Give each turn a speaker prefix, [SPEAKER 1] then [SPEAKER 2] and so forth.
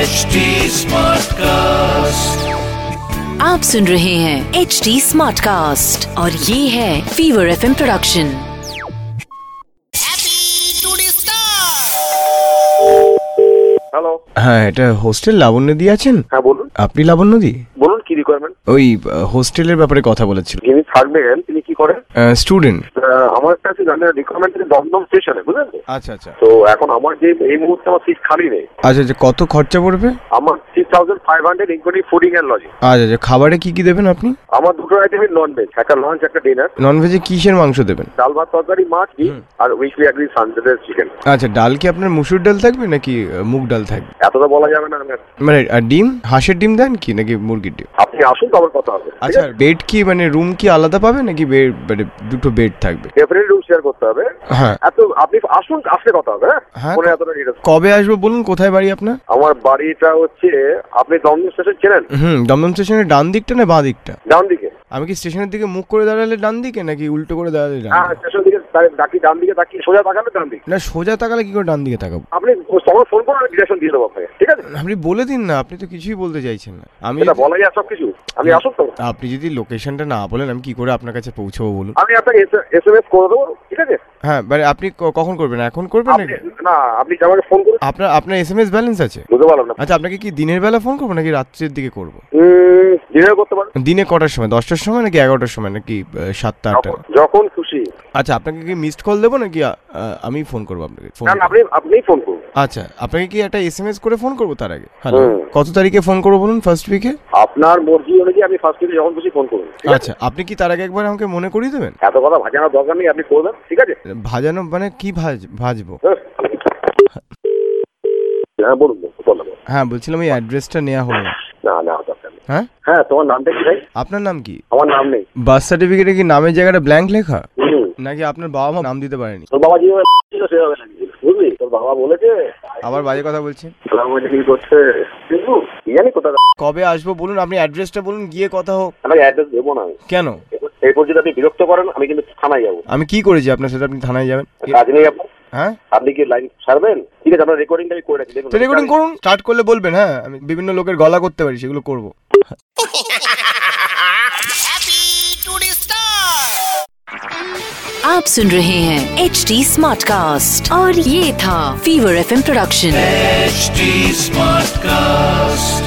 [SPEAKER 1] HD Smartcast.
[SPEAKER 2] आप सुन रहे हैं एच डी स्मार्ट कास्ट और ये है फीवर एफ प्रोडक्शन
[SPEAKER 3] হ্যালো
[SPEAKER 4] হ্যাঁ এটা হোস্টেল লাবণ্যদি আছেন
[SPEAKER 3] হ্যাঁ বলুন
[SPEAKER 4] আপনি লাবণ্যদি
[SPEAKER 3] বলুন কি রিকোয়ারমেন্ট
[SPEAKER 4] ওই আহ, হোস্টেলের ব্যাপারে কথা বলেছিল
[SPEAKER 3] যিনি থাকবেন তিনি কি করেন
[SPEAKER 4] স্টুডেন্ট
[SPEAKER 3] আহ, আমার কাছে জানার রিকোয়ারমেন্ট দমদম স্টেশনে বুঝলেন তো?
[SPEAKER 4] আচ্ছা আচ্ছা
[SPEAKER 3] তো এখন আমার যে এই মুহূর্তে আমার সিট খালি নেই
[SPEAKER 4] আচ্ছা আচ্ছা কত খরচা পড়বে
[SPEAKER 3] আমার six thousand five hundred including fooding and lodging
[SPEAKER 4] আচ্ছা আচ্ছা খাবারে কি কি দেবেন আপনি
[SPEAKER 3] আমার দুটো আইটেমই নন ভেজ একটা লাঞ্চ একটা ডিনার
[SPEAKER 4] ননভেজে কিসের মাংস দেবেন
[SPEAKER 3] ডাল ভাত তরকারি মাছ ডিম আর উইকলি একদিন সানডেদের চিকেন
[SPEAKER 4] আচ্ছা ডাল কি আপনার মুসুর ডাল থাকবে নাকি আহ, মুগ ডাল থাকবে
[SPEAKER 3] এতটা বলা যাবে না আমি আর-
[SPEAKER 4] মানে আর ডিম হাঁসের ডিম দেন কি নাকি মুরগির ডিম
[SPEAKER 3] আপনি আসুন তো আবার কথা হবে
[SPEAKER 4] আচ্ছা বেড কি মানে রুম কি আলাদা পাবে নাকি bed- মানে দুটো বেড থাকবে
[SPEAKER 3] ডেফিনেটলি রুম শেয়ার করতে হবে
[SPEAKER 4] হ্যাঁ
[SPEAKER 3] এত আপনি আসুন আসলে কথা হবে হ্যাঁ
[SPEAKER 4] হ্যাঁ।
[SPEAKER 3] ফোনে এতটা details।
[SPEAKER 4] কবে আসবো বলুন কোথায় বাড়ি আপনার
[SPEAKER 3] আমার বাড়িটা হচ্ছে আপনি দমদম স্টেশন চেনেন
[SPEAKER 4] হুম দমদম স্টেশনের ডান দিকটা না বাঁ দিকটা
[SPEAKER 3] ডান দিকে
[SPEAKER 4] আমি কি স্টেশনের দিকে মুখ করে দাঁড়ালে ডান দিকে নাকি উল্টো করে দাঁড়ালে ডান
[SPEAKER 3] হ্যাঁ
[SPEAKER 4] দিকে?
[SPEAKER 3] স্টেশন দিকে তাই- তাকি ডান দিকে তাকি সোজা তাকালে ডান দিকে
[SPEAKER 4] না সোজা তাকালে কি করে ডান দিকে তাকাবো
[SPEAKER 3] আপনি তখন ফোন করুন আমি ডিরেকশন দিয়ে দেবো আপনাকে ঠিক আছে
[SPEAKER 4] আপনি বলে দিন না আপনি তো কিছুই বলতে চাইছেন না আমি
[SPEAKER 3] এটা
[SPEAKER 4] যদি-
[SPEAKER 3] বলা যায় সব কিছু আমি আসুন তো
[SPEAKER 4] আপনি যদি লোকেশনটা না বলেন আমি কি করে আপনার কাছে পৌঁছবো বলুন
[SPEAKER 3] আমি আপনাকে এস এম এস করে দেবো ঠিক আছে
[SPEAKER 4] হ্যাঁ মানে আপনি ক- কখন করবেন এখন করবেন
[SPEAKER 3] আপনি
[SPEAKER 4] নাকি
[SPEAKER 3] না আপনি যে আমাকে ফোন করুন
[SPEAKER 4] আপনার আপনার এস এম এস ব্যালেন্স আছে
[SPEAKER 3] বুঝতে পারলাম না
[SPEAKER 4] আচ্ছা আপনাকে কি দিনের বেলা ফোন করবো নাকি রাত্রের দিকে করবো
[SPEAKER 3] উম, ডিনার করতে পারেন
[SPEAKER 4] দিনে কটার সময় দশটার সময় নাকি এগারোটার সময় নাকি আহ, সাতটা আটটা
[SPEAKER 3] যখন- যখন খুশি
[SPEAKER 4] আচ্ছা আপনাকে কি মিসড কল দেবো নাকি আ, আ, আমি ফোন করবো আপনাকে ফোন
[SPEAKER 3] কারণ আপনি আপনিই ফোন করুন
[SPEAKER 4] আচ্ছা আপনাকে কি একটা এস এম এস করে ফোন করবো তার আগে হ্যালো
[SPEAKER 3] হুম।
[SPEAKER 4] কত তারিখে ফোন করবো বলুন ফার্স্ট উইকে
[SPEAKER 3] আপনার মর্জি অনুযায়ী আপনি ফার্স্ট থেকে যখন খুশি ফোন করুন ঠিক আছে
[SPEAKER 4] আচ্ছা আপনি কি তার আগে একবার আমাকে মনে করিয়ে দেবেন
[SPEAKER 3] এত কথা ভাজানোর দরকার নেই আপনি করবেন ঠিক আছে
[SPEAKER 4] ভাজানো মানে কি ভাজ ভাজবো
[SPEAKER 3] হ্যাঁ। হ্যাঁ বলুন বলুন, বলুন
[SPEAKER 4] হ্যাঁ বলছিলাম এই অ্যাড্রেসটা নেওয়া হলো না।
[SPEAKER 3] না না দরকার নেই
[SPEAKER 4] হ্যাঁ
[SPEAKER 3] হ্যাঁ তোমার নামটা কি ভাই
[SPEAKER 4] আপনার নাম কি
[SPEAKER 3] আমার নাম নেই
[SPEAKER 4] বার্থ সার্টিফিকেটে কি নামের জায়গাটা ব্ল্যাঙ্ক লেখা
[SPEAKER 3] হুম।
[SPEAKER 4] নাকি আপনার বাবা মা নাম দিতে পারেনি
[SPEAKER 3] তোর বাবা যেভাবে ছিল সেভাবে লাগছিল বুঝলি তোর বাবা বলেছে
[SPEAKER 4] আবার বাজে কথা বলছেন
[SPEAKER 3] তোরা আমাকে কি করছে কিন্তু কি জানি কোথায়
[SPEAKER 4] কবে আসবো বলুন আপনি অ্যাড্রেসটা বলুন গিয়ে কথা হোক
[SPEAKER 3] আমাকে অ্যাড্রেস দেবো না আমি।
[SPEAKER 4] কেন
[SPEAKER 3] এরপর- এরপর যদি আপনি বিরক্ত করেন আমি কিন্তু থানায় যাবো
[SPEAKER 4] আমি কি করেছি আপনার সাথে আপনি থানায় যাবেন এ-
[SPEAKER 3] কাজ নেই আপনার
[SPEAKER 4] হ্যাঁ
[SPEAKER 3] আপনি কি লাইন ছাড়বেন ঠিক আছে আপনার রেকর্ডিংটা আমি করে রাখি দেখুন
[SPEAKER 4] তো রেকর্ডিং করুন স্টার্ট করলে বলবেন হ্যাঁ আমি বিভিন্ন লোকের গলা করতে পারি সেগুলো করব
[SPEAKER 2] आप सुन रहे हैं एच डी स्मार्ट कास्ट और ये था Fever F production
[SPEAKER 1] HD Smartcast.